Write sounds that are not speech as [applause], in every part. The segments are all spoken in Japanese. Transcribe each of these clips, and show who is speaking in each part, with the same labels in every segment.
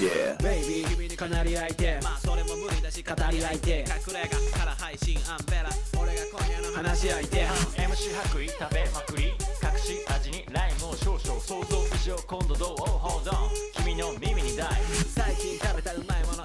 Speaker 1: Yeah
Speaker 2: ベイビー君にかなり相手
Speaker 3: まあそれも無理だし語り合いて隠れ家から配信アンベラ俺が今夜の話
Speaker 2: 話し相手
Speaker 4: MC 白衣食べまくり隠し味にライムを少々想像以上今度どう Hold on 君の耳に大
Speaker 3: 最近食べたうまいもの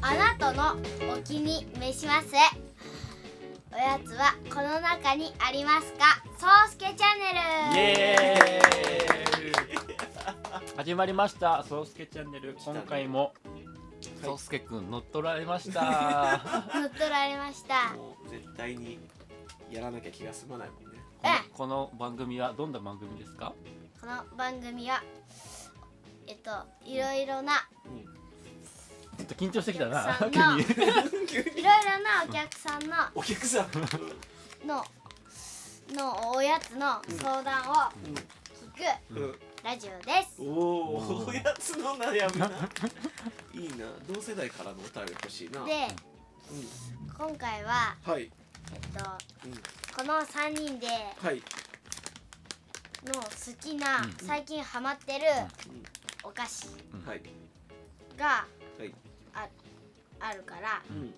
Speaker 5: あなたのお気に召しますおやつはこの中にありますかそうすけチャン
Speaker 4: イ
Speaker 5: ネル
Speaker 4: エーイ始まりました「そうすけチャンネル」今回もそうすけくん乗っ取られました
Speaker 5: 乗っ取られました
Speaker 1: もう絶対にやらなきゃ気が済まないもんね
Speaker 4: このこの番組はどんな番組ですか
Speaker 5: この番組はえっといろいろな
Speaker 4: ちょっと緊張してきたな
Speaker 5: さん
Speaker 4: 急
Speaker 5: が
Speaker 4: に
Speaker 5: [laughs] いろいろなお客さんの
Speaker 1: お客さん
Speaker 5: ののおやつの相談を聞く
Speaker 1: うん
Speaker 5: ラジオです
Speaker 1: お
Speaker 4: う
Speaker 1: お
Speaker 4: ん
Speaker 1: おやつの悩みないいな同世代からのお便り欲しいな
Speaker 5: で
Speaker 1: う
Speaker 5: 今回は
Speaker 1: ん、はい、
Speaker 5: えっと
Speaker 1: うん、
Speaker 5: この3人で
Speaker 1: はい
Speaker 5: の好きな
Speaker 4: うん
Speaker 5: 最近ハマってるお菓子
Speaker 1: はい
Speaker 5: が
Speaker 1: はい
Speaker 5: ああるから、
Speaker 1: うん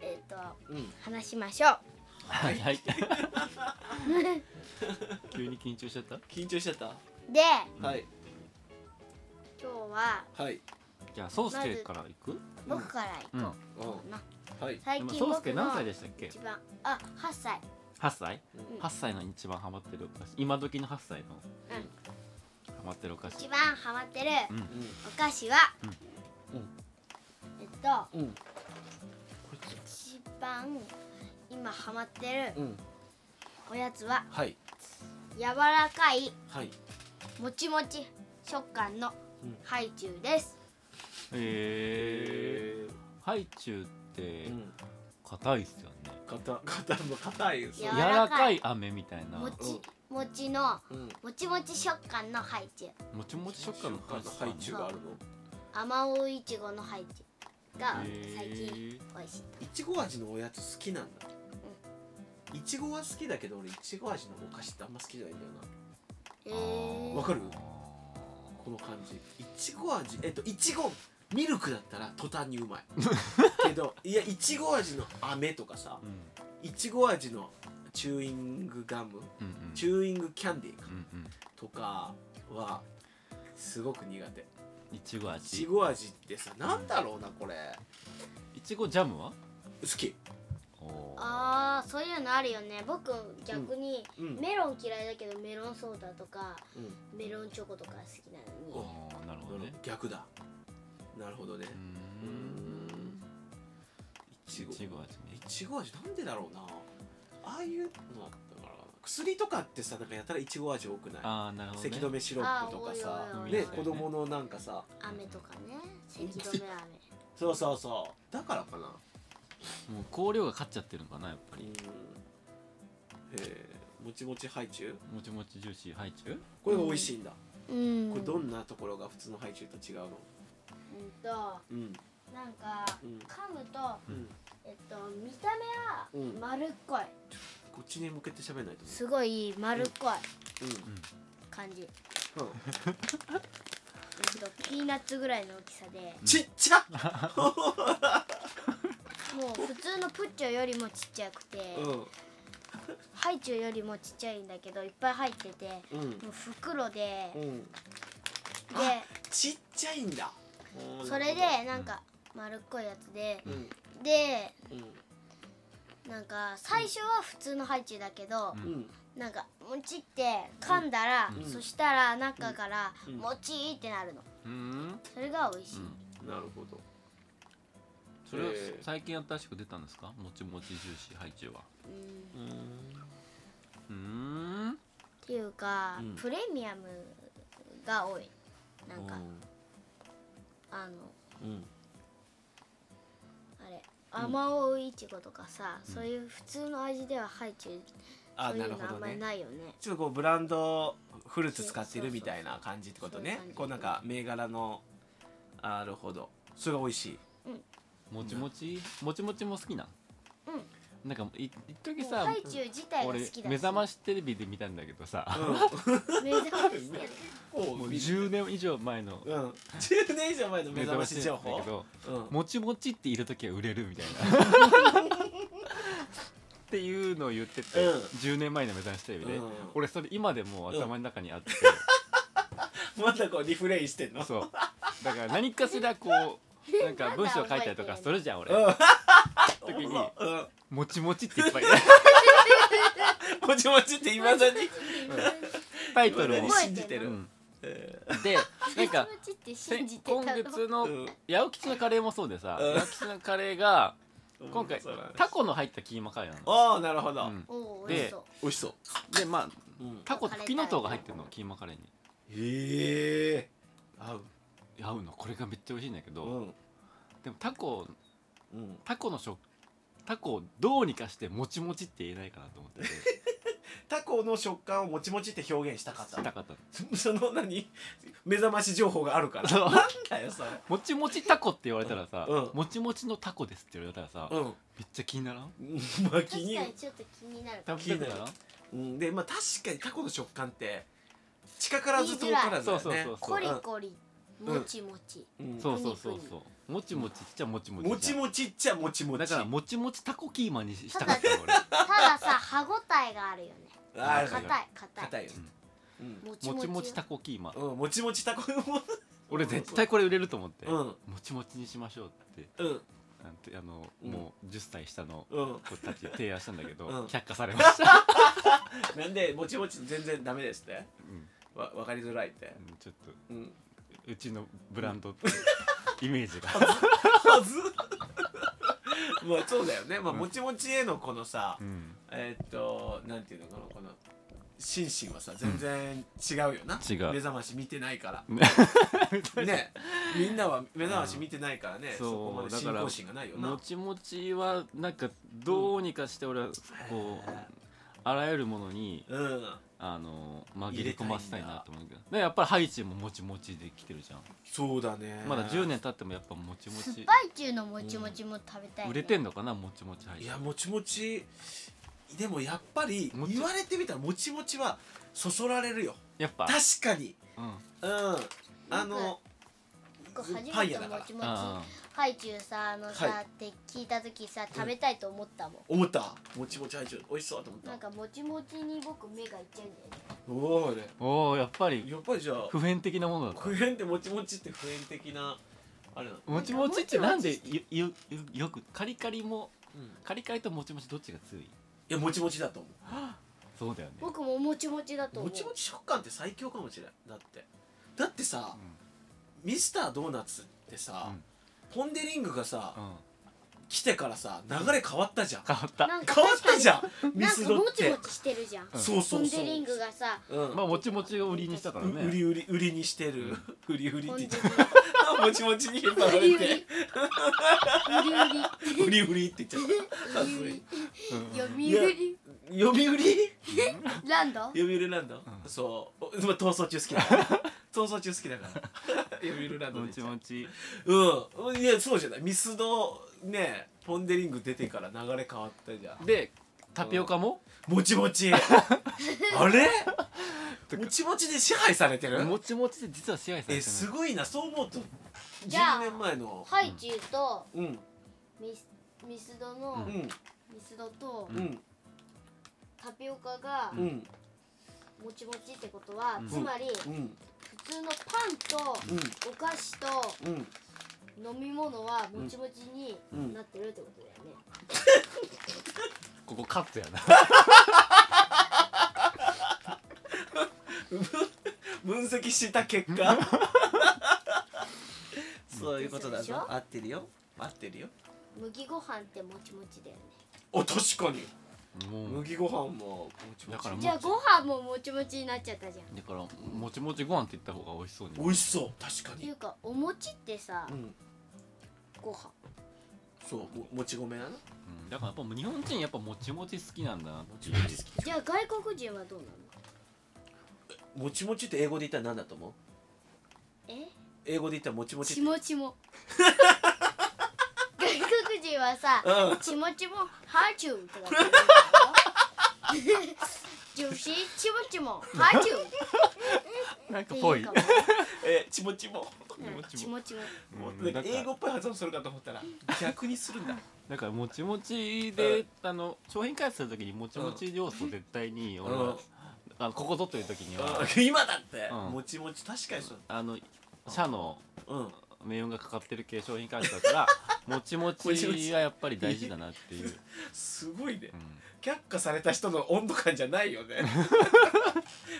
Speaker 5: えっと
Speaker 1: うん
Speaker 5: 話しましょう
Speaker 4: はい
Speaker 5: [laughs]
Speaker 4: はい急に緊張しちゃった
Speaker 1: 緊張しちゃった、
Speaker 5: で
Speaker 4: うん
Speaker 1: はい
Speaker 5: 今日は
Speaker 1: はい
Speaker 4: じゃあそうすけからいく
Speaker 5: 僕から
Speaker 4: う
Speaker 5: 行
Speaker 4: ん
Speaker 5: こう
Speaker 1: う
Speaker 5: な、
Speaker 1: んはい
Speaker 5: 最
Speaker 4: 今
Speaker 5: 近
Speaker 4: そうす
Speaker 5: 僕
Speaker 4: け
Speaker 5: の
Speaker 4: 何歳でしたっけ
Speaker 5: 一番あ8歳
Speaker 4: 8歳
Speaker 1: うん
Speaker 4: 8歳の一番ハマってるお菓子今時の8歳の
Speaker 5: う
Speaker 4: ハマってるお菓子
Speaker 5: 一番ハマってる
Speaker 4: うん
Speaker 5: お菓子は、
Speaker 1: うん
Speaker 5: えっと
Speaker 1: うん
Speaker 5: 一番今ハマって
Speaker 1: う
Speaker 5: る
Speaker 1: ん
Speaker 5: おやつは
Speaker 1: はい
Speaker 5: 柔らかい
Speaker 1: はい
Speaker 5: もちもち食感の
Speaker 1: うん
Speaker 5: ハイチュウです、
Speaker 4: へえハイチュウって
Speaker 1: うん
Speaker 4: 硬いっすよね
Speaker 1: 硬硬も硬いです
Speaker 5: いや
Speaker 4: 柔
Speaker 5: 柔ら
Speaker 4: ら
Speaker 5: か
Speaker 4: か
Speaker 5: い
Speaker 4: い飴みたいな
Speaker 5: も
Speaker 4: も
Speaker 5: ちもちの
Speaker 1: うん
Speaker 5: もちもち食感のハイチュウ
Speaker 4: ちもち食感のハイチュウ
Speaker 1: ハイチュウがあるの
Speaker 5: 甘おういちごのハイチュウが最
Speaker 4: へ
Speaker 5: 近
Speaker 4: ー
Speaker 5: 美味しい
Speaker 1: いちご味のおやつ好きなんだいちごは好きだけど俺いちご味のお菓子ってあんま好きじゃないんだよな
Speaker 5: え
Speaker 1: わ
Speaker 5: ー、
Speaker 1: かるこの感じいちご味えっといちごミルクだったら途端にう
Speaker 4: [laughs]
Speaker 1: まいけどいやいちご味の飴とかさ
Speaker 4: うん
Speaker 1: いちご味のチューイングガム
Speaker 4: うんうん
Speaker 1: チューイングキャンディーか
Speaker 4: うん
Speaker 1: とかはすごく苦手
Speaker 4: うんいちご
Speaker 1: いち
Speaker 4: 味
Speaker 1: ご味ってさなんだろうなこれ
Speaker 4: いちごジャムは
Speaker 1: 好き
Speaker 4: おー
Speaker 5: あーそういうのあるよね僕逆に
Speaker 1: うん
Speaker 5: メロン嫌いだけどメロンソーダとか
Speaker 1: うん
Speaker 5: メロンチョコとか好きなのに
Speaker 4: あーなるほどね
Speaker 1: 逆だなるほどね
Speaker 4: う
Speaker 1: うーん
Speaker 4: ん
Speaker 1: いちご
Speaker 4: いちご味
Speaker 1: い
Speaker 4: ね
Speaker 1: ちご味なんでだろうなああいうのだったからかな薬とかってさなんかやたらいちご味多くない
Speaker 4: ああなるほど
Speaker 1: 咳
Speaker 4: ね
Speaker 1: 止めシロップとかさ
Speaker 5: あーおいおいおい
Speaker 1: ね子供のなんかさ
Speaker 5: 飴とかね咳止め飴
Speaker 1: そうそうそうだからかな
Speaker 4: もう香料が勝っちゃってるのかなやっぱ
Speaker 1: うん
Speaker 4: り
Speaker 1: へえもちもちハイチュウ
Speaker 4: もちもちジューシーハイチュウ
Speaker 1: これが美味しいんだ、
Speaker 5: うん
Speaker 1: これどんなところが普通のハイチュウと違うの
Speaker 5: うんと
Speaker 1: うん
Speaker 5: なんか
Speaker 1: うん
Speaker 5: 噛むと
Speaker 1: うん
Speaker 5: えっと見た目
Speaker 1: うん
Speaker 5: は丸っこい
Speaker 1: こっちに向けて喋んないとね
Speaker 5: すごい丸っこい
Speaker 1: うん
Speaker 5: 感じ
Speaker 1: うん
Speaker 5: えっとピーナッツぐらいの大きさで
Speaker 1: ちっちゃ
Speaker 5: もう普通のプッチョよりもちっちゃくて、
Speaker 1: う
Speaker 5: ハイチュウよりもちっちゃいんだけどいっぱい入ってて
Speaker 1: んうん
Speaker 5: もう袋で、
Speaker 1: うん
Speaker 5: で
Speaker 1: ちっちゃいんだ
Speaker 5: それでなんか丸っこいやつで、
Speaker 1: うん
Speaker 5: で
Speaker 1: うん
Speaker 5: なんか最初は普通のハイチュウだけど、
Speaker 1: うん
Speaker 5: なんかもちって噛んだら、
Speaker 1: うん
Speaker 5: そしたら中から
Speaker 1: うん
Speaker 5: もちーってなるの
Speaker 4: うんうん
Speaker 5: それが美味しい、
Speaker 1: なるほど
Speaker 4: それは
Speaker 1: えー
Speaker 4: 最近新しく出たんですかもちもちジューシーハイチュウは
Speaker 5: うん
Speaker 1: うん
Speaker 4: うーん
Speaker 5: っていうか、
Speaker 1: うん
Speaker 5: プレミアムが多いなんかあの
Speaker 1: うん
Speaker 5: あれあまおういちごとかさ、そういう普通の味ではハイチュウ
Speaker 1: あ
Speaker 5: そうい
Speaker 1: な
Speaker 5: う
Speaker 1: る
Speaker 5: のあ
Speaker 1: ほ
Speaker 5: ん
Speaker 1: ど
Speaker 5: まり
Speaker 1: ね
Speaker 5: ないよね
Speaker 1: ちょっとこうブランドフルーツ使ってるみたいな感じってことね
Speaker 5: そうそうそう
Speaker 1: こうなんか銘柄のなるほどそれが美味しい
Speaker 4: もちもちもちもちも好きなん
Speaker 5: うん
Speaker 4: なんかい一時
Speaker 5: もう
Speaker 4: さ
Speaker 5: ハイチュウ自体が好
Speaker 4: 俺
Speaker 5: きだし
Speaker 4: 目覚ましテレビで見たんだけどさ、
Speaker 5: 目覚ましテレビ
Speaker 1: お
Speaker 4: もう10年以上前の
Speaker 1: うん、10年以 [laughs] 上前の目覚まし情
Speaker 4: だ
Speaker 1: 報
Speaker 4: けど
Speaker 1: うん
Speaker 4: もちもちっている時は売れるみたいなっていうのを言ってて、
Speaker 1: うん
Speaker 4: 10年前の目覚ましテレビで、
Speaker 1: うん
Speaker 4: 俺それ今でも頭の中に
Speaker 1: [laughs]
Speaker 4: あって、
Speaker 1: まだこうリフレインしてんの
Speaker 4: そうだから何かしらこうなんか文章書いたりとかするじゃん俺、
Speaker 1: うん
Speaker 4: 時に
Speaker 1: うん
Speaker 4: もちもちって
Speaker 1: [laughs]
Speaker 4: いっぱい
Speaker 1: もちもちっていまだに
Speaker 4: タイトル
Speaker 1: 未
Speaker 4: も
Speaker 1: だに、信じて
Speaker 4: う
Speaker 1: る、
Speaker 4: ん
Speaker 1: え
Speaker 4: でなん
Speaker 5: 目
Speaker 4: か
Speaker 5: 覚ましって
Speaker 4: せ
Speaker 5: 信じてたの
Speaker 4: 今月
Speaker 1: ー
Speaker 4: の
Speaker 1: うん
Speaker 4: 八百吉のカレーもそうでさ
Speaker 1: うん
Speaker 4: 八百吉のカレーが今回
Speaker 1: そうなんです
Speaker 4: タコの入ったキーマカレーなの、
Speaker 1: ああなるほど、
Speaker 4: うん
Speaker 5: おお
Speaker 4: で
Speaker 5: 美味しそう
Speaker 1: 美味しそう、
Speaker 4: でまあ
Speaker 1: うん、
Speaker 4: タコとキノトウが入ってるのキーマカレーに
Speaker 1: へえ合う
Speaker 4: 合うのこれがめっちゃ美味しいんだけど、
Speaker 1: うん
Speaker 4: でもタコ
Speaker 1: うん
Speaker 4: タコの食タコをどうにかしてもちもちって言えないかなと思ってて
Speaker 1: [laughs] タコの食感をもちもちって表現したかっ
Speaker 4: した
Speaker 1: た
Speaker 4: かった
Speaker 1: [laughs]
Speaker 4: の
Speaker 1: その何目覚まし情報がある [laughs] から
Speaker 4: そう
Speaker 1: なんだよそれ
Speaker 4: もちもちタコって言われたらさ、
Speaker 1: うん
Speaker 4: もちもちのタコですって言われたらさ、
Speaker 1: う
Speaker 4: め
Speaker 1: ん
Speaker 4: っちゃ気にならん
Speaker 1: まあ気
Speaker 5: 確
Speaker 1: に
Speaker 5: かにちょっと気になるかも
Speaker 4: 食べたくならん
Speaker 1: うんでまあ確かにタコの食感って近からず遠からずだ
Speaker 4: そう
Speaker 1: よ
Speaker 4: そう
Speaker 1: ね
Speaker 4: そうそ
Speaker 5: コ
Speaker 4: う
Speaker 5: リコリもちもち
Speaker 1: うん
Speaker 4: そうそうそうそうもちもちっちゃもちもちじゃん
Speaker 1: もちもちっちゃもちもち
Speaker 4: だからもちもちタコキーマにしたかったの俺
Speaker 1: [laughs]
Speaker 5: た
Speaker 4: [laughs]
Speaker 5: ださ歯ごたえがあるよね
Speaker 1: あー
Speaker 5: 硬い
Speaker 1: 硬
Speaker 5: 硬い
Speaker 1: いよねうん
Speaker 5: もち
Speaker 4: も
Speaker 5: も
Speaker 4: ち
Speaker 5: ち
Speaker 4: もちタコキーマ
Speaker 1: うんもちもちタコも
Speaker 4: 俺絶対これ売れると思って、
Speaker 1: うん
Speaker 4: もちもちにしましょうって
Speaker 1: うん
Speaker 4: なんてあの、
Speaker 1: うん
Speaker 4: もう10歳下の
Speaker 1: うん
Speaker 4: 子たちに提案したんだけど、
Speaker 1: うん
Speaker 4: 却下されました、 [laughs]
Speaker 1: なんでもちもち全然ダメですって
Speaker 4: うん
Speaker 1: わわかりづらいって
Speaker 4: うんちょっと
Speaker 1: うん
Speaker 4: うちのブランドってイメ
Speaker 1: [laughs]
Speaker 4: ージが
Speaker 1: はずまあそうだよねまあもちもちへのこのさ
Speaker 4: うん
Speaker 1: えーっとなんていうのかなこの心身はさ全然違うよな
Speaker 4: 違う
Speaker 1: 目覚まし見てないから
Speaker 4: ね
Speaker 1: [laughs] ねみんなは目覚まし見てないからね、
Speaker 4: そう
Speaker 1: そこまで信仰心がないよ
Speaker 4: も
Speaker 1: な
Speaker 4: ちもちはなんかどうにかして俺はこうあらゆるものに
Speaker 1: うん
Speaker 4: あの紛れ込ませたいなと思うけどでやっぱりハイチュウももちもちできてるじゃん、
Speaker 1: そうだね
Speaker 4: まだ10年経ってもやっぱもちも
Speaker 5: 酸っ
Speaker 4: ち
Speaker 5: ぱい中のもちもちも食べたいね
Speaker 4: 売れてんのかなもちもちハイ
Speaker 1: い
Speaker 4: チュ
Speaker 1: や
Speaker 4: ウ
Speaker 1: もちもちでもやっぱり
Speaker 4: もち
Speaker 1: 言われてみたらもちもちはそそられるよ
Speaker 4: やっぱ
Speaker 1: 確かに
Speaker 4: うんうん
Speaker 1: うんあの
Speaker 5: 僕初めて
Speaker 1: パン屋だ
Speaker 5: も
Speaker 1: から
Speaker 5: ちもち
Speaker 4: あ
Speaker 5: ハイチュウさあのさ、
Speaker 1: はい
Speaker 5: って聞いた時さ食べたいと思ったもん、
Speaker 1: 思ったもちもち愛情美味しそうと思っ
Speaker 5: なん
Speaker 1: た
Speaker 5: かもちもちに僕目がいっちゃうんだよね
Speaker 1: おおね
Speaker 4: おおやっぱり
Speaker 1: やっぱりじゃあ
Speaker 4: 普遍的なものだった
Speaker 1: 普遍ってもちもちって普遍的なあれなの
Speaker 4: もちもちってなんでよよよくカリカリも
Speaker 1: うんい
Speaker 4: カリカリともちもちどっちが強い
Speaker 1: やもちもちだと思
Speaker 4: そうだよね
Speaker 5: 僕ももちもちだと
Speaker 1: う
Speaker 5: 思
Speaker 1: も
Speaker 5: う
Speaker 1: ちもち食感って最強かもしれないだってだってさ、ミスタードーナツってさ、
Speaker 4: うん
Speaker 1: ポン・デ・リングがさ、
Speaker 4: うん、うん、
Speaker 1: 来てからさ流れ変わったじゃん
Speaker 4: 変わった
Speaker 5: なんか
Speaker 1: 変わったじゃんミ
Speaker 5: なん
Speaker 1: ス
Speaker 5: か
Speaker 1: ドっ
Speaker 5: もち
Speaker 1: て
Speaker 5: もちしてるじゃん
Speaker 4: ち
Speaker 1: そう
Speaker 5: ポ
Speaker 1: そう
Speaker 5: ン
Speaker 1: そう
Speaker 5: デリングがさ
Speaker 1: うん
Speaker 4: まあもちもちを売りにしたからね
Speaker 1: う売り売り売りにしてる売り売り
Speaker 5: ポ
Speaker 1: っ
Speaker 5: ン
Speaker 1: て
Speaker 5: デ
Speaker 1: 言
Speaker 5: リ
Speaker 1: っ
Speaker 5: ン
Speaker 1: て
Speaker 5: グ
Speaker 1: もちもちに引っ張ら
Speaker 5: 売り
Speaker 1: れ
Speaker 5: 売り売り
Speaker 1: て売り売りって言っちゃったさす
Speaker 5: 売
Speaker 1: が
Speaker 5: り
Speaker 1: に
Speaker 5: 読売
Speaker 1: 読売り
Speaker 5: ランド
Speaker 1: 読売ランド、そうおまあ逃走中好きだからね逃走中好きだから読売ランド
Speaker 4: も
Speaker 1: で
Speaker 4: ちもち
Speaker 1: うんいやそうじゃないミスドねポン・デ・リング出てから流れ変わったじゃん
Speaker 4: でタピオカも
Speaker 1: もちも [laughs] ちあれもちもちで支配されてる
Speaker 4: もちもちで実は支配されてない
Speaker 1: えすごいなそう思うと
Speaker 5: じゃあ
Speaker 1: 10年前の
Speaker 5: ハイチュウと
Speaker 1: うん
Speaker 5: ミスミスドの、
Speaker 1: う
Speaker 5: ミ
Speaker 1: ん
Speaker 5: スドと
Speaker 1: うん
Speaker 5: タピオカが
Speaker 1: うん
Speaker 5: もちもちってことは、
Speaker 4: うん
Speaker 5: つまり
Speaker 1: うんうん
Speaker 5: 普通のパンとお菓子と
Speaker 1: うん
Speaker 5: 飲み物はもちもちになってるってことだよね、
Speaker 4: ここカットやな
Speaker 1: 分析した結果 [laughs] そういうことだ
Speaker 5: そうでし
Speaker 1: ぞ
Speaker 5: ょ
Speaker 1: 合ってるよ合ってるよ
Speaker 5: 麦ご飯ってもちもちだよね
Speaker 1: あ確かに
Speaker 4: [laughs] もう
Speaker 1: 麦ご飯ももちも
Speaker 4: だ
Speaker 1: ち
Speaker 4: からも
Speaker 5: じゃあご飯ももちもちになっちゃったじゃんっ
Speaker 4: だからもちもちご飯って言った方が美味しそう
Speaker 1: 美味
Speaker 4: に
Speaker 1: しそう確か
Speaker 5: てい
Speaker 1: に
Speaker 5: うかお餅ってさ、
Speaker 1: うん
Speaker 5: ご飯
Speaker 1: そうももち米なのも
Speaker 4: うんだからやっぱ日本人やっぱもちもち好きなんだな
Speaker 1: ちもち好
Speaker 5: じゃあ外国人はどうなの
Speaker 1: きもちもちって英語で言ったら何だと思う
Speaker 5: え
Speaker 1: 英語で言ったらもちもちって
Speaker 5: ちもち
Speaker 1: [laughs]
Speaker 5: も外国人はさ
Speaker 1: うん
Speaker 5: ちもちもハーチューとかって言うんだよ [laughs] 女子ちもちもハーチューって
Speaker 4: なんか
Speaker 5: 言
Speaker 4: ぽ
Speaker 5: う
Speaker 4: い
Speaker 5: かも
Speaker 1: えちもちも
Speaker 5: うんちもちも
Speaker 1: も
Speaker 4: うん
Speaker 1: うなんか
Speaker 4: なんか
Speaker 1: 英語っぽい発音するかと思ったら逆にするんだ
Speaker 4: だからもちもち
Speaker 1: う
Speaker 4: で
Speaker 1: ん
Speaker 4: あの商品開発するときにもちもち要素絶対に俺
Speaker 1: うん
Speaker 4: はあのここぞというときには
Speaker 1: うん今だって
Speaker 4: うん
Speaker 1: もちもち確かにそう
Speaker 4: あの社の
Speaker 1: うん
Speaker 4: 命運がかかってる系商品開発だから [laughs] もちもち
Speaker 1: もちもち
Speaker 4: はやっぱり大事だなっていう、
Speaker 1: すごいね
Speaker 4: うん
Speaker 1: 却下された人の温度感じゃないよ [laughs] ね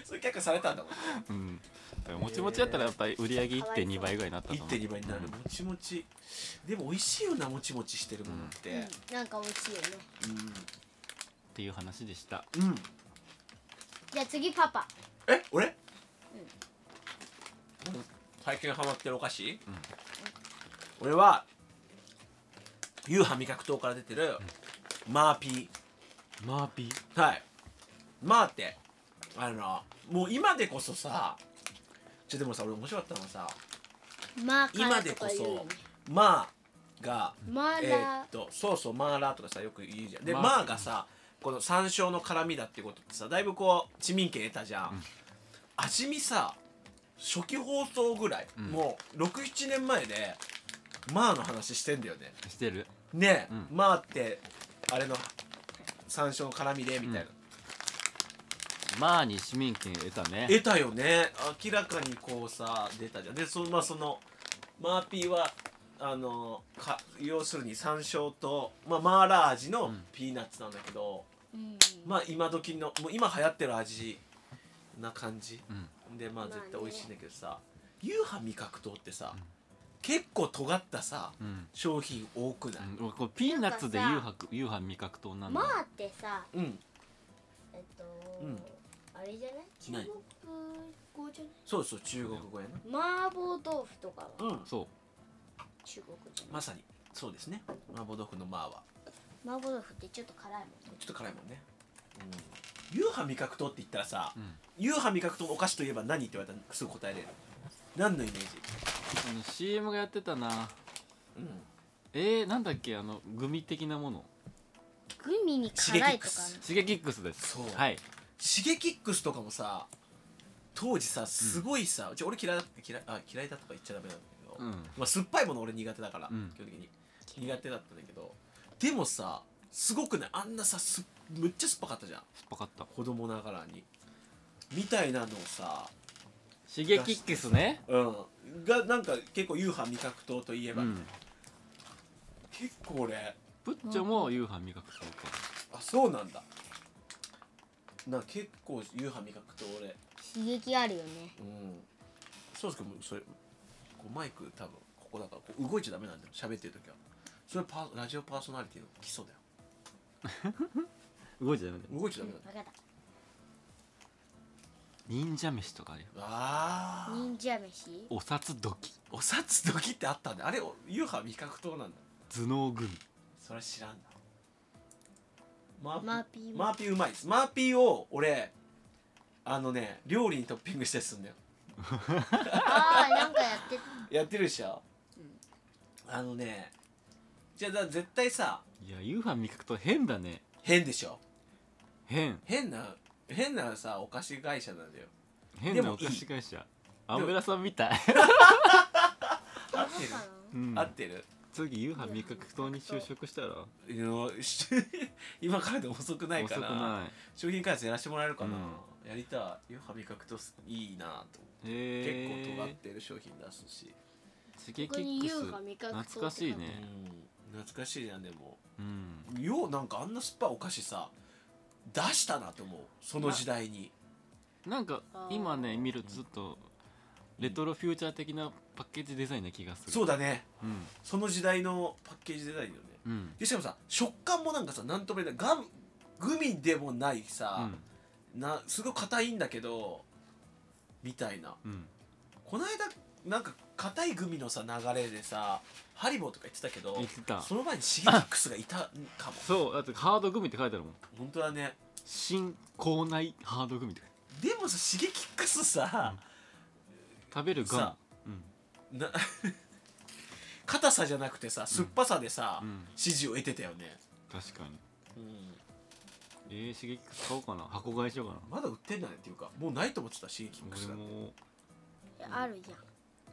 Speaker 1: それ却下されたんだもんね
Speaker 4: うんだからもちもちだったらやっぱり売り上げ1.2倍ぐらいになったと思う
Speaker 1: 1.2倍になるもちもちでも美味しいよなもちもちしてるものって
Speaker 5: うんなんか美味しいよね
Speaker 4: っていう話でした
Speaker 1: うん、うん、
Speaker 5: じゃあ次パパ
Speaker 1: え俺、最近ハマってるお菓子、俺は夕飯味覚糖から出てる、マーピ
Speaker 4: マーピー
Speaker 1: ーはいマーってあのもう今でこそさちょでもさ俺面白かったのがさ
Speaker 5: マーカ
Speaker 1: 今
Speaker 5: ー
Speaker 1: で
Speaker 5: と
Speaker 1: こ
Speaker 5: か言うよ
Speaker 1: そ
Speaker 5: ね
Speaker 1: マーが
Speaker 5: マー
Speaker 1: えー
Speaker 5: ラ
Speaker 1: っとそうそうマーラーとかさよく言うじゃんで
Speaker 4: マ
Speaker 1: マ
Speaker 4: ー
Speaker 1: ーがさこの山椒の辛みだってことってさだいぶこう知民権得たじゃん、味見さ初期放送ぐらい、
Speaker 4: ん
Speaker 1: もう67年前でマーの話してんだよね
Speaker 4: してる
Speaker 1: ねえ、
Speaker 4: うん
Speaker 1: マーってあれの山椒の辛みでみたいな、
Speaker 4: マーに市民権得たね
Speaker 1: 得たよね明らかにこうさ出たじゃんでそ,、まあ、そのマーピーはあのか要するに山椒と、まあ、マーラー味のピーナッツなんだけど、
Speaker 5: うん
Speaker 1: まあ今時のもう今流行ってる味な感じ、でまあ
Speaker 5: まあね
Speaker 1: 絶対美味しいんだけどさ夕飯味覚糖ってさ、結構尖ったさ、
Speaker 4: うん
Speaker 1: 商品多くない
Speaker 4: うん、俺これピーナッツで
Speaker 5: な
Speaker 4: 夕
Speaker 5: んか
Speaker 4: 飯夕飯味覚糖なんだ、
Speaker 5: マーってさ
Speaker 1: うん、
Speaker 5: えっと
Speaker 1: うん
Speaker 5: あれじゃな
Speaker 1: 何
Speaker 5: い中国語じゃない
Speaker 1: そうそう中国語や
Speaker 5: 麻婆豆腐とかは
Speaker 1: なうん
Speaker 4: そ
Speaker 5: 中国じゃない
Speaker 1: まさにそうですね麻婆豆腐のマーは
Speaker 5: 麻婆豆腐ってちょっと辛いもんね
Speaker 1: ちょっと辛いもんね、うん、夕飯味覚糖って言ったらさ、
Speaker 4: う、うん、
Speaker 1: 夕飯味覚糖のお菓子といえば何って言われたらすぐ答えれる何のイメージ、
Speaker 4: あの CM がやってたな
Speaker 1: うん、
Speaker 4: えー、なんだっけあのグミ的なもの
Speaker 5: グミに辛いとかある
Speaker 1: 刺
Speaker 4: シゲキックスです
Speaker 1: そう
Speaker 4: はい
Speaker 1: シゲキックスとかもさ当時さすごいさ、うち俺嫌いだ嫌いあ嫌いだとか言っちゃダメなんだけど、
Speaker 4: うん
Speaker 1: まあ、酸っぱいもの俺苦手だから、
Speaker 4: うん
Speaker 1: 基本的に苦手だったんだけどでもさすごくねあんなさすむっちゃ酸っぱかったじゃん
Speaker 4: 酸っぱかった
Speaker 1: 子供ながらにみたいなのをさ
Speaker 4: シゲキックスね
Speaker 1: うんがなんか結構夕飯味覚糖といえば、
Speaker 4: うん
Speaker 1: 結構俺
Speaker 4: プッチョも夕飯味覚糖か
Speaker 1: あそうなんだな結構夕飯味覚糖俺
Speaker 5: 刺激あるよね
Speaker 1: うんそうですけどそれこうマイク多分ここだからこう動いちゃダメなんだよ喋ってる時はそれパーラジオパーソナリティの基礎だよ
Speaker 4: 動いちゃダメだよ
Speaker 1: 動いちゃ
Speaker 5: う
Speaker 1: ダメ
Speaker 5: ん分
Speaker 1: なんだよ
Speaker 5: かった
Speaker 4: 忍者飯とかあるよ
Speaker 1: あー
Speaker 5: 忍者飯
Speaker 4: お札ドキ
Speaker 1: お札時ってあったんだあれお夕飯味覚糖なんだ
Speaker 4: 頭脳グミ
Speaker 1: それ知らんだマ
Speaker 5: マーピーも
Speaker 1: マーピーうまいですマーピーを俺あのね料理にトッピングしてすんだよ
Speaker 5: ああなんかやって
Speaker 1: やってるでしょ、あのねじゃあだから絶対さ
Speaker 4: いや夕飯味覚糖変だね
Speaker 1: 変でしょ
Speaker 4: 変
Speaker 1: 変な変なさお菓子会社なんだよ
Speaker 4: 変
Speaker 1: でも
Speaker 4: なお菓子会社アンベラさんみたい、
Speaker 1: 合ったて
Speaker 5: の
Speaker 1: る
Speaker 5: かな
Speaker 4: うん
Speaker 1: 合ってる [laughs]
Speaker 4: 次夕飯味覚糖に就職したら
Speaker 1: いやし今からでも遅くない
Speaker 4: 遅
Speaker 1: か
Speaker 4: く
Speaker 1: な
Speaker 4: ない
Speaker 1: 商品開発やらせてもらえるかな、
Speaker 4: う
Speaker 1: やりたいよ歯磨くとすいいなと思って、
Speaker 4: えー、
Speaker 1: 結構尖ってる商品出すし、
Speaker 4: シゲ
Speaker 5: こ
Speaker 4: キ
Speaker 5: こに
Speaker 4: ック
Speaker 5: 優
Speaker 4: ス
Speaker 5: 雅味覚糖って
Speaker 4: 懐かしいね
Speaker 1: うん懐かしいじゃんでも
Speaker 4: うん
Speaker 1: ようなんかあんな酸っぱいお菓子さ出したなと思うその時代に
Speaker 4: なんか
Speaker 5: あー
Speaker 4: 今ね見るとちょっとレトロフューチャー的なパッケージデザインな気がする
Speaker 1: そうだね
Speaker 4: うん
Speaker 1: その時代のパッケージデザインよね
Speaker 4: うん
Speaker 1: でしかもさ食感もなんかさなんとも言えないガムグミでもないさ、なすごい硬いんだけどみたいな
Speaker 4: うんうん
Speaker 1: この間なんか硬いグミのさ流れでさハリボーとか言ってたけど
Speaker 4: 言ってた
Speaker 1: その前にシゲキックスがいたかも
Speaker 4: そうだってハードグミって書いてあるもん
Speaker 1: 本当だね
Speaker 4: 新校内ハードグミって書いて
Speaker 1: でもさシゲキックスさ、
Speaker 4: ある食べるガ
Speaker 1: さ
Speaker 4: ムうん
Speaker 1: な [laughs] 硬さじゃなくてさ酸っぱさでさ、
Speaker 4: うん
Speaker 1: 支持を得てたよね、
Speaker 4: 確かに
Speaker 1: うん、
Speaker 4: えー、刺激買おうかな箱買いしようかな
Speaker 1: まだ売ってないっていうかもうないと思ってたシゲキックス
Speaker 4: 俺
Speaker 1: なんて
Speaker 4: も
Speaker 5: あるじゃん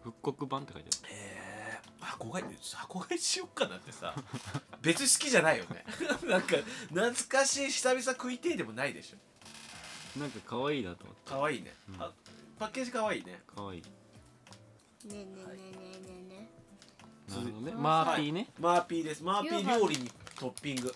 Speaker 4: 復刻版って書いてあ
Speaker 1: へえ箱買い箱買いしよっかなってさ [laughs] 別に好きじゃないよね [laughs] なんか懐かしい久々食いてえでもないでしょ
Speaker 4: るなんか可愛いなと思って
Speaker 1: 可愛いね、
Speaker 4: うん
Speaker 1: あパッケージ可愛いね
Speaker 4: 可愛い
Speaker 5: ねえねえねえねえねえね
Speaker 4: なるほどね
Speaker 1: 続い
Speaker 4: マーティーね、
Speaker 1: マーピーですマーピー料理にトッピング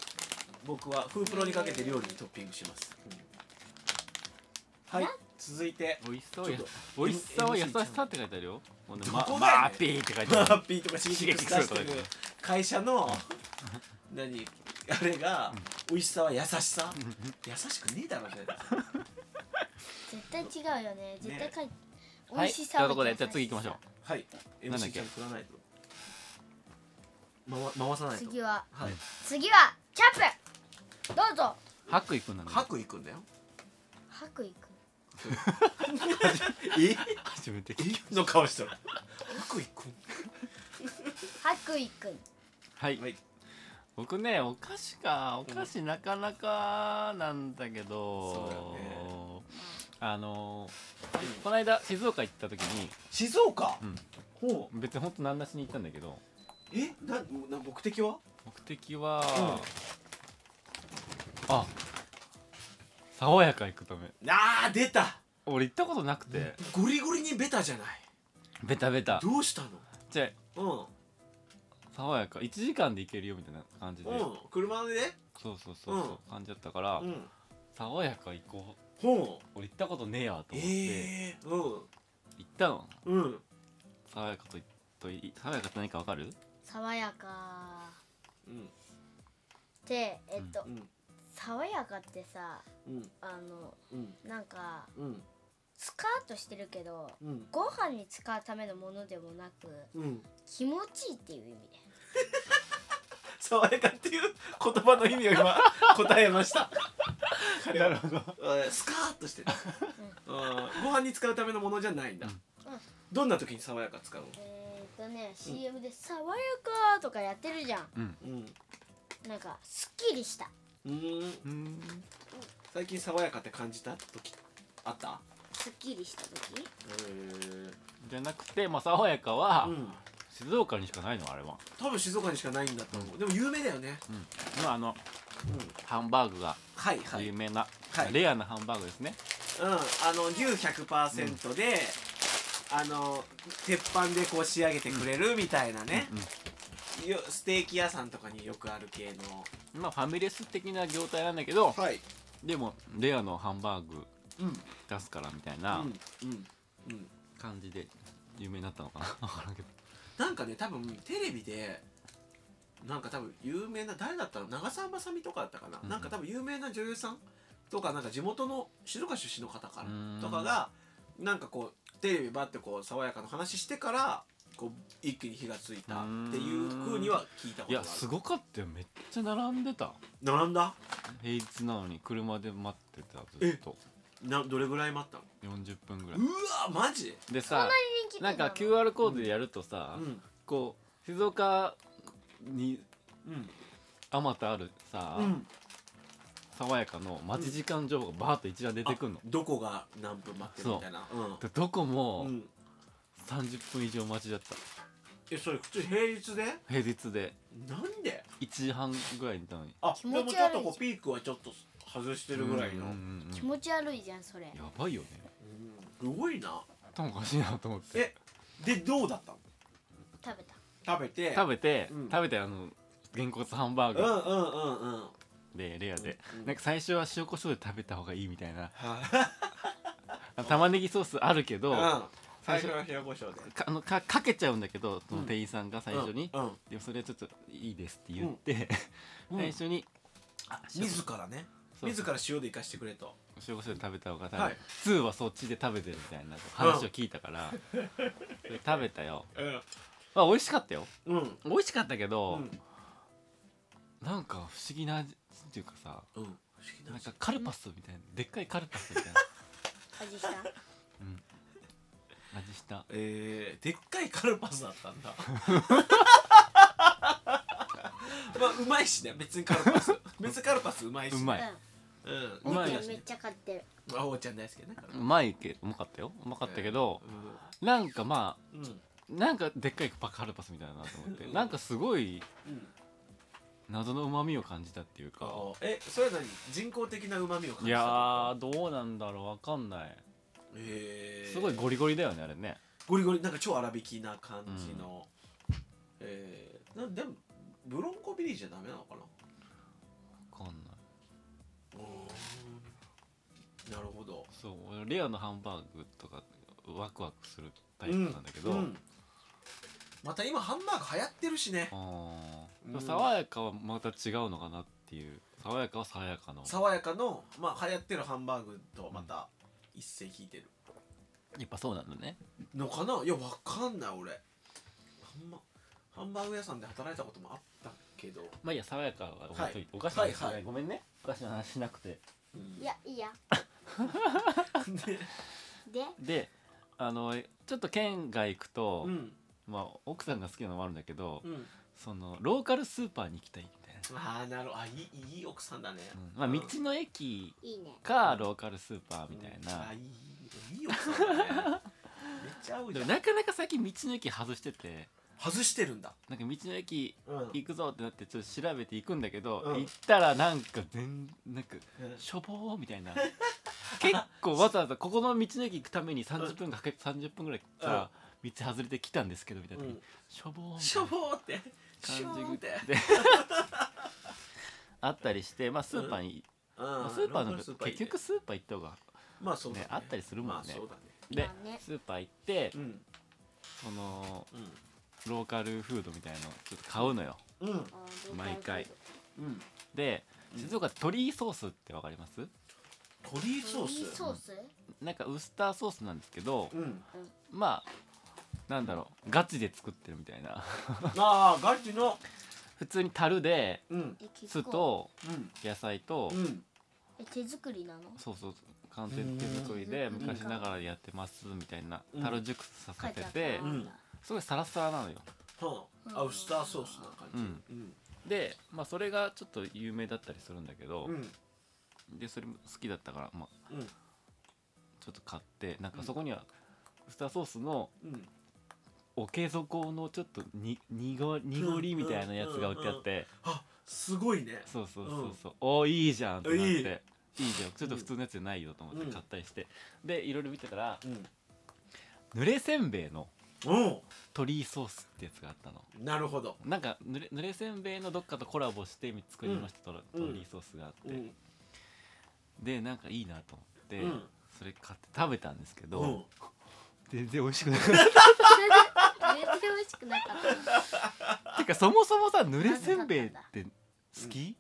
Speaker 1: 僕はフープロにかけて料理にトッピングします、うんはい続いて
Speaker 4: 美味しさはや
Speaker 1: ちょっ
Speaker 4: 美味しさは
Speaker 1: MC
Speaker 4: 優しさって書いてあるよほんで
Speaker 1: ど
Speaker 4: ま
Speaker 1: こ
Speaker 4: マ
Speaker 1: だよ
Speaker 4: ーティーって書いて
Speaker 1: マ
Speaker 4: あ
Speaker 1: ー
Speaker 4: る
Speaker 1: ピーとか刺激出してる会社の何あれが美味しさは優しさ優しくねえだろみたいな
Speaker 5: 絶対違うよね絶対かい美
Speaker 4: はい
Speaker 5: 味し
Speaker 4: じ
Speaker 5: さ
Speaker 4: ゃあ
Speaker 5: は
Speaker 4: どこでじゃあ次行きましょう
Speaker 1: はい
Speaker 4: なんだっ
Speaker 1: MC
Speaker 4: け
Speaker 1: ちゃん振らないと回回さないと
Speaker 5: 次は
Speaker 1: はい
Speaker 5: 次はキャップどうぞ
Speaker 4: 白衣くんなの
Speaker 1: 白衣くんだよ
Speaker 5: 白衣くん
Speaker 1: え
Speaker 4: 初めて
Speaker 1: の顔してる白衣くん
Speaker 5: 白衣くん
Speaker 4: はい、
Speaker 1: はい
Speaker 4: 僕ねお菓子かお菓子なかなかなんだけ
Speaker 1: そう
Speaker 4: ど
Speaker 1: だよね
Speaker 4: あのこの間静岡行った時に、
Speaker 1: 静岡
Speaker 4: うん
Speaker 1: ほう
Speaker 4: 別に本当何なしに行ったんだけど
Speaker 1: えなな目的は
Speaker 4: 目的は、あ爽やか行くため
Speaker 1: あー出た
Speaker 4: 俺行ったことなくて
Speaker 1: ゴリゴリにベタじゃない
Speaker 4: ベタベタ
Speaker 1: どうした
Speaker 4: じゃあ
Speaker 1: の
Speaker 4: 爽やか1時間で行けるよみたいな感じで、
Speaker 1: うんうん車でね
Speaker 4: そうそうそうそう、感じだったから、
Speaker 1: うん
Speaker 4: 爽やか行こう
Speaker 1: ほう
Speaker 4: 俺行ったことねえやと思って、
Speaker 1: ええー
Speaker 4: 行ったの
Speaker 1: うんうん
Speaker 4: 爽やかととい爽やかって何かわかる
Speaker 5: 爽やか
Speaker 1: うん
Speaker 5: でえっと、
Speaker 1: うん
Speaker 5: 爽やかってさ
Speaker 1: うん
Speaker 5: あの
Speaker 1: うん
Speaker 5: なんか
Speaker 1: うん
Speaker 5: スカートしてるけど
Speaker 1: うん
Speaker 5: ご飯に使うためのものでもなく
Speaker 1: うん
Speaker 5: 気持ちいいっていう意味で
Speaker 1: 爽やかっていう言葉の意味を [laughs] 今答えました彼はえースカーッとしてるあーご飯に使うためのものじゃないんだ、
Speaker 4: うん
Speaker 1: どんな時に爽やか使うの
Speaker 5: えー、っとね CM で「爽やか」とかやってるじゃん
Speaker 1: うん
Speaker 5: なんかすっきりした
Speaker 1: うーん
Speaker 4: うん
Speaker 1: 最近爽やかって感じた時あった
Speaker 5: すっきりした時
Speaker 4: じゃなくて、まあ、爽やかは、
Speaker 1: うん
Speaker 4: 静岡にしかないのあれは、
Speaker 1: 多分静岡にしかないんだと思う、でも有名だよね、
Speaker 4: まあ、あの
Speaker 1: うん、
Speaker 4: ハンバーグが
Speaker 1: はいはい、
Speaker 4: 有名な、
Speaker 1: はい
Speaker 4: レアなハンバーグですね
Speaker 1: うん、あの牛100%で、あの鉄板でこう仕上げてくれるみたいなね、よステーキ屋さんとかによくある系の
Speaker 4: まあファミレス的な業態なんだけど
Speaker 1: はい
Speaker 4: でもレアのハンバーグ
Speaker 1: うん
Speaker 4: 出すからみたい
Speaker 1: うん
Speaker 4: な
Speaker 1: うんうん
Speaker 4: 感じで有名になったの
Speaker 1: [laughs]
Speaker 4: かなわからんけど
Speaker 1: なんかね多分テレビでなんか多分有名な誰だったの長澤まさみとかだったかな、
Speaker 4: うん
Speaker 1: なんか多分有名な女優さんとかなんか地元の静岡出身の方か
Speaker 4: うん
Speaker 1: らとかがなんかこうテレビバってこう爽やかな話してからこう一気に火がついたっていう風には聞いたことが
Speaker 4: いや
Speaker 1: ある
Speaker 4: すごかったよめっちゃ並んでた
Speaker 1: 並んだ
Speaker 4: 平日なのに車で待ってたずっと
Speaker 1: などれぐらい待ったの
Speaker 4: 40分ぐらいう
Speaker 1: わマジ
Speaker 4: でさ
Speaker 5: 人気
Speaker 4: なんか QR コードでやると
Speaker 1: う
Speaker 4: さ、
Speaker 1: ん
Speaker 4: こう静岡に
Speaker 1: うん
Speaker 4: あまたあるさ、
Speaker 1: うん
Speaker 4: 爽やかの待ち時間情報がバーッと一覧出てくんの
Speaker 1: あ、どこが何分待ってるみたいなう
Speaker 4: でどこ
Speaker 1: ん、
Speaker 4: も
Speaker 1: うん、
Speaker 4: 30分以上待ちだった
Speaker 1: えそれ普通平日で
Speaker 4: 平日で
Speaker 1: なんで
Speaker 4: 1時半ぐらいにいたのに
Speaker 1: あ
Speaker 5: 気
Speaker 1: で
Speaker 5: 持
Speaker 1: も
Speaker 5: ち
Speaker 1: ち
Speaker 5: 悪い
Speaker 1: ょっとこうピークはちょっと外してるぐらいの、
Speaker 4: うんうんうん
Speaker 5: 気持ち悪いじゃんそれ
Speaker 4: やばいよね
Speaker 1: うんすごいな
Speaker 4: 頭おかしいなと思って
Speaker 1: えでどうだったの
Speaker 5: 食べた
Speaker 1: 食べて
Speaker 4: 食べて、
Speaker 1: うん
Speaker 4: 食べてあの原骨ハンバー
Speaker 1: うんう
Speaker 4: グ
Speaker 1: んうんうんは
Speaker 4: でレアで、
Speaker 1: うん
Speaker 4: なんか最初は塩コショウで食べた方がいいみたいな
Speaker 1: あ
Speaker 4: あ玉ねぎソースあるけど、
Speaker 1: うん
Speaker 4: 最
Speaker 1: 最
Speaker 4: 初
Speaker 1: 初は塩コショウで
Speaker 4: かあのかかけちゃうんだけどその店員さんが最初に、
Speaker 1: うんうん
Speaker 4: でもそれはちょっといいですって言って、
Speaker 1: うん
Speaker 4: 最初に、あ塩
Speaker 1: 自らね
Speaker 4: そう
Speaker 1: 自ら塩でいかしてくれと
Speaker 4: 塩コショウで食べた方が多
Speaker 1: は
Speaker 4: 分
Speaker 1: い
Speaker 4: ツーはそっちで食べてるみたいな話を聞いたから、それ食べたよまあ美味しかったよ
Speaker 1: うんうん
Speaker 4: 美味しかったけ
Speaker 1: う
Speaker 4: ど、
Speaker 1: ん
Speaker 4: なんか不思議な味っていうかさ
Speaker 1: 不思議
Speaker 4: な
Speaker 1: なん
Speaker 4: かカルパスみたいなでっかいカルパスみたい
Speaker 1: [laughs]
Speaker 5: 味した
Speaker 4: な味した
Speaker 1: えー、でっかいカルパスだったん
Speaker 4: [laughs]
Speaker 1: だまあうまいしね別にカルパ
Speaker 4: [laughs]
Speaker 1: ス別にカルパスうまいし
Speaker 4: う
Speaker 1: ね
Speaker 4: まい、
Speaker 1: う
Speaker 4: うんまい
Speaker 5: うんめっちゃ買ってる
Speaker 1: まあおうちゃん大好きだね
Speaker 4: うまいけどうまかったようまかったけど、なんかまあ
Speaker 1: うんうん
Speaker 4: なんかでっかいパカルパスみたいだなと思って
Speaker 1: [laughs]
Speaker 4: なんかすごい
Speaker 1: うん
Speaker 4: 謎の旨味を感じたっていうか
Speaker 1: あえそれは何人工的なうまみを感
Speaker 4: い
Speaker 1: じた
Speaker 4: や
Speaker 1: って
Speaker 4: ーどうなんだろうわかんない
Speaker 1: ことえー、
Speaker 4: すごいゴリゴリだよねあれね
Speaker 1: ゴリゴリなんか超粗挽きな感じの、えー、なんでもブロンコビリーじゃダメなのかな
Speaker 4: わかんない
Speaker 1: なるほど
Speaker 4: そう俺レアのハンバーグとかワクワクするタイプなんだけど、
Speaker 1: うんうんまた今ハンバーグ流行ってるしね
Speaker 4: あーで
Speaker 1: う
Speaker 4: も
Speaker 1: ん
Speaker 4: 爽やかはまた違うのかなっていう爽やかは爽やかの
Speaker 1: 爽やかのまあ流行ってるハンバーグとまた一線引いてる
Speaker 4: やっぱそうなんだね
Speaker 1: のかないやわかんない俺ハン,、ま、ハンバーグ屋さんで働いたこともあったけど、
Speaker 4: まあいいや爽やかは置いといて、
Speaker 1: はい
Speaker 4: お菓子の話しな
Speaker 1: はいはい
Speaker 4: ごめんねお菓子の話しなくて
Speaker 1: うん
Speaker 5: いやいいや
Speaker 1: で
Speaker 5: で
Speaker 4: であのちょっと県外行くと、
Speaker 1: うん
Speaker 4: まあ、奥さんが好きなのもあるんだけど、
Speaker 1: うん
Speaker 4: そのローカルスーパーに行きたいみたいな、
Speaker 1: ああなるほどあいいいい奥さんだね、
Speaker 4: うんまあ、道の駅
Speaker 5: いいね
Speaker 4: かローカルスーパーみたい
Speaker 1: うんあ
Speaker 4: な、
Speaker 1: いいいい奥さんだねめっちゃ合う
Speaker 4: で
Speaker 1: じゃん
Speaker 4: もなかなか最近道の駅外してて
Speaker 1: 外してるんだ、
Speaker 4: なんか道の駅
Speaker 1: うん
Speaker 4: 行くぞってなってちょっと調べて行くんだけど、
Speaker 1: うん
Speaker 4: 行ったらなんか全なんか
Speaker 1: うん
Speaker 4: しょぼーみたいな結構わざわざここの道の駅行くために30分かけ30分ぐらいさ、道外れてきたんですけどみたいな時に、
Speaker 1: うん
Speaker 4: しょぼーみ
Speaker 1: した
Speaker 4: い
Speaker 1: ょ
Speaker 4: な
Speaker 1: ぼーってしょ
Speaker 4: 感じ
Speaker 1: ぼーって
Speaker 4: で [laughs] あったりして、まあ、スーパーに、
Speaker 1: うん
Speaker 4: まあスーパー
Speaker 1: ロ
Speaker 4: の
Speaker 1: カル
Speaker 4: 結
Speaker 1: パーいいね
Speaker 4: 局スーパー行った方が
Speaker 1: まあそうだ
Speaker 4: ねあったりするもんね
Speaker 1: まあそうだね
Speaker 4: で、
Speaker 5: まあね
Speaker 4: スーパー行って
Speaker 1: うん
Speaker 4: その
Speaker 1: うん
Speaker 4: ローカルフードみたいのちょっと買うのよ
Speaker 1: うん
Speaker 5: あー
Speaker 4: 毎回
Speaker 1: うん
Speaker 4: で静岡って鳥居ソースってわかります
Speaker 1: 鳥居ソ
Speaker 5: ソ
Speaker 1: ー
Speaker 5: ース
Speaker 1: ス
Speaker 5: ソース
Speaker 4: なんかウスターソースなんですけど
Speaker 1: うん
Speaker 4: まあなんだろうガチで作ってるみたいな
Speaker 1: ああガチの
Speaker 4: 普通に樽で
Speaker 1: うん
Speaker 5: え結
Speaker 4: 酢
Speaker 5: 構
Speaker 4: と
Speaker 1: うん
Speaker 4: 野菜と、
Speaker 1: うん
Speaker 5: え手作りなの
Speaker 4: そうそう完全手作りで
Speaker 5: うん
Speaker 4: 昔ながらやってますみたいな
Speaker 1: うん
Speaker 4: 樽熟さ
Speaker 5: 書
Speaker 4: せ
Speaker 5: い
Speaker 4: て
Speaker 5: てあった
Speaker 4: て
Speaker 5: な
Speaker 1: うん
Speaker 4: すごいサラサラなのよ
Speaker 1: はああウスターソースな感じ
Speaker 4: うん
Speaker 1: うん
Speaker 4: で、まあ、それがちょっと有名だったりするんだけど
Speaker 1: う、ん
Speaker 4: でそれも好きだったから、まあ、
Speaker 1: うん
Speaker 4: ちょっと買ってなんかそこにはウスターソースの
Speaker 1: うん
Speaker 4: 桶底のちょっとに濁濁りみたいなやつが売ってあって、
Speaker 1: あすごいね
Speaker 4: そうそうそうそう、おーいいじゃんってなって
Speaker 1: い
Speaker 4: い
Speaker 1: い
Speaker 4: いじゃんちょっと普通のやつじゃないよと思って
Speaker 1: うん
Speaker 4: 買ったりして、でいろいろ見てたら
Speaker 1: うん
Speaker 4: 濡れせんべいの
Speaker 1: お
Speaker 4: 鳥居ソースってやつがあったの
Speaker 1: うなるほど
Speaker 4: なんか濡れ濡れせんべいのどっかとコラボして作りましたと
Speaker 1: うん
Speaker 4: 鳥居ソースがあって、
Speaker 1: うん
Speaker 4: でなんかいいなと思って、
Speaker 1: うん
Speaker 4: それ買って食べたんですけど、
Speaker 1: うん
Speaker 4: 全然美味しく [laughs] なかった
Speaker 5: 全然美味しくなかった
Speaker 4: てかそもそもさ濡れせんべいって好き、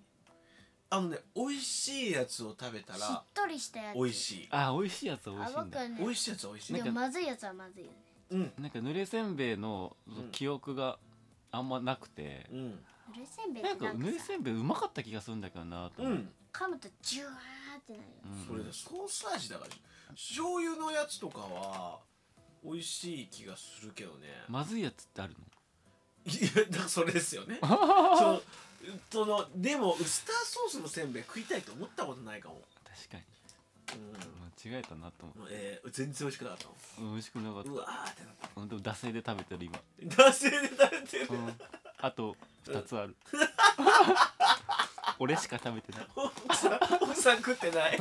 Speaker 1: あのね美味しいやつを食べた
Speaker 5: しっ
Speaker 1: ら
Speaker 5: とりしたやつ
Speaker 1: 美味しい
Speaker 4: あ美味しいやつは美味しい
Speaker 5: あ
Speaker 4: ん
Speaker 5: 僕
Speaker 4: だ
Speaker 5: はね
Speaker 1: 美味しいやつは美味しい
Speaker 5: で
Speaker 1: ね
Speaker 5: もまずいやつはまずいよね
Speaker 1: うん
Speaker 4: なんか濡れせんべいの
Speaker 1: うん
Speaker 4: 記憶があんまなくて、
Speaker 1: うん
Speaker 5: ぬれせんべい
Speaker 4: な
Speaker 5: っ
Speaker 4: ん
Speaker 5: て
Speaker 4: か
Speaker 5: なん
Speaker 4: ぬれ
Speaker 5: かさ
Speaker 4: せんべいうまかった気がするんだけどなと
Speaker 1: う
Speaker 4: 思って、
Speaker 1: ん
Speaker 5: 噛むとジュワーってなるよ
Speaker 4: うん
Speaker 1: それでソース味だから醤油のやつとかは美味しい気がするけどね、
Speaker 4: まずいやつって [laughs] あるの
Speaker 1: [laughs] いやだからそれですよね [laughs] そうそのでもウスターソースのせんべい食いたいと思ったことないかも、
Speaker 4: 確かに
Speaker 1: う
Speaker 4: 間違えたなと思っ
Speaker 1: んえー、全然美味しくなかったも
Speaker 4: て美味しくなかっ
Speaker 1: んうわーってなった
Speaker 4: でも惰性で食べてる今、
Speaker 1: た男性で食べてる、
Speaker 4: うん、あと2つ
Speaker 1: [laughs]
Speaker 4: ある俺しか食べてない
Speaker 1: 奥さん奥さん食ってない、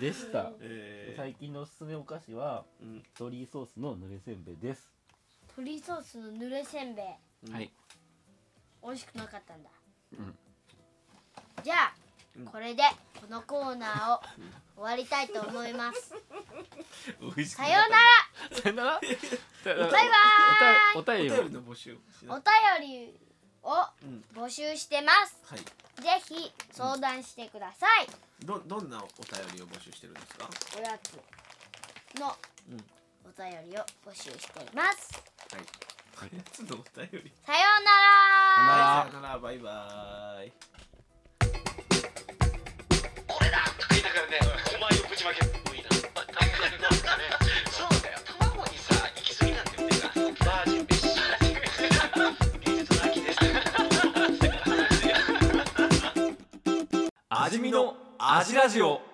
Speaker 4: でした
Speaker 1: えー
Speaker 4: 最近のおすすめお菓子は
Speaker 1: うん
Speaker 4: 鳥居ソースのぬれせんべいです
Speaker 5: 鶏ソースのぬれせんべい
Speaker 4: はい
Speaker 5: 美味しくなかったんだ、
Speaker 4: うん
Speaker 5: じゃあこれでこのコーナーを終わりたいと思います
Speaker 1: 美味しく
Speaker 5: さよ
Speaker 1: かっ
Speaker 5: う
Speaker 1: [laughs]
Speaker 5: な
Speaker 4: さよならバイバ
Speaker 5: らバイバ
Speaker 4: お便り
Speaker 1: たお便
Speaker 4: お便り
Speaker 1: り
Speaker 4: も
Speaker 1: の募集をしな
Speaker 5: ーイお便りを
Speaker 1: うん
Speaker 5: 募集してます。
Speaker 1: はい
Speaker 5: ぜひ相談してください。
Speaker 1: どどんなお便りを募集してるんですか
Speaker 5: おやつの
Speaker 1: うん
Speaker 5: お便りを募集しています。
Speaker 1: はい [laughs] おやつのお便り
Speaker 5: さよう
Speaker 1: は
Speaker 5: なら。
Speaker 1: いさよならバイバーイ
Speaker 4: 味見の味ラジオ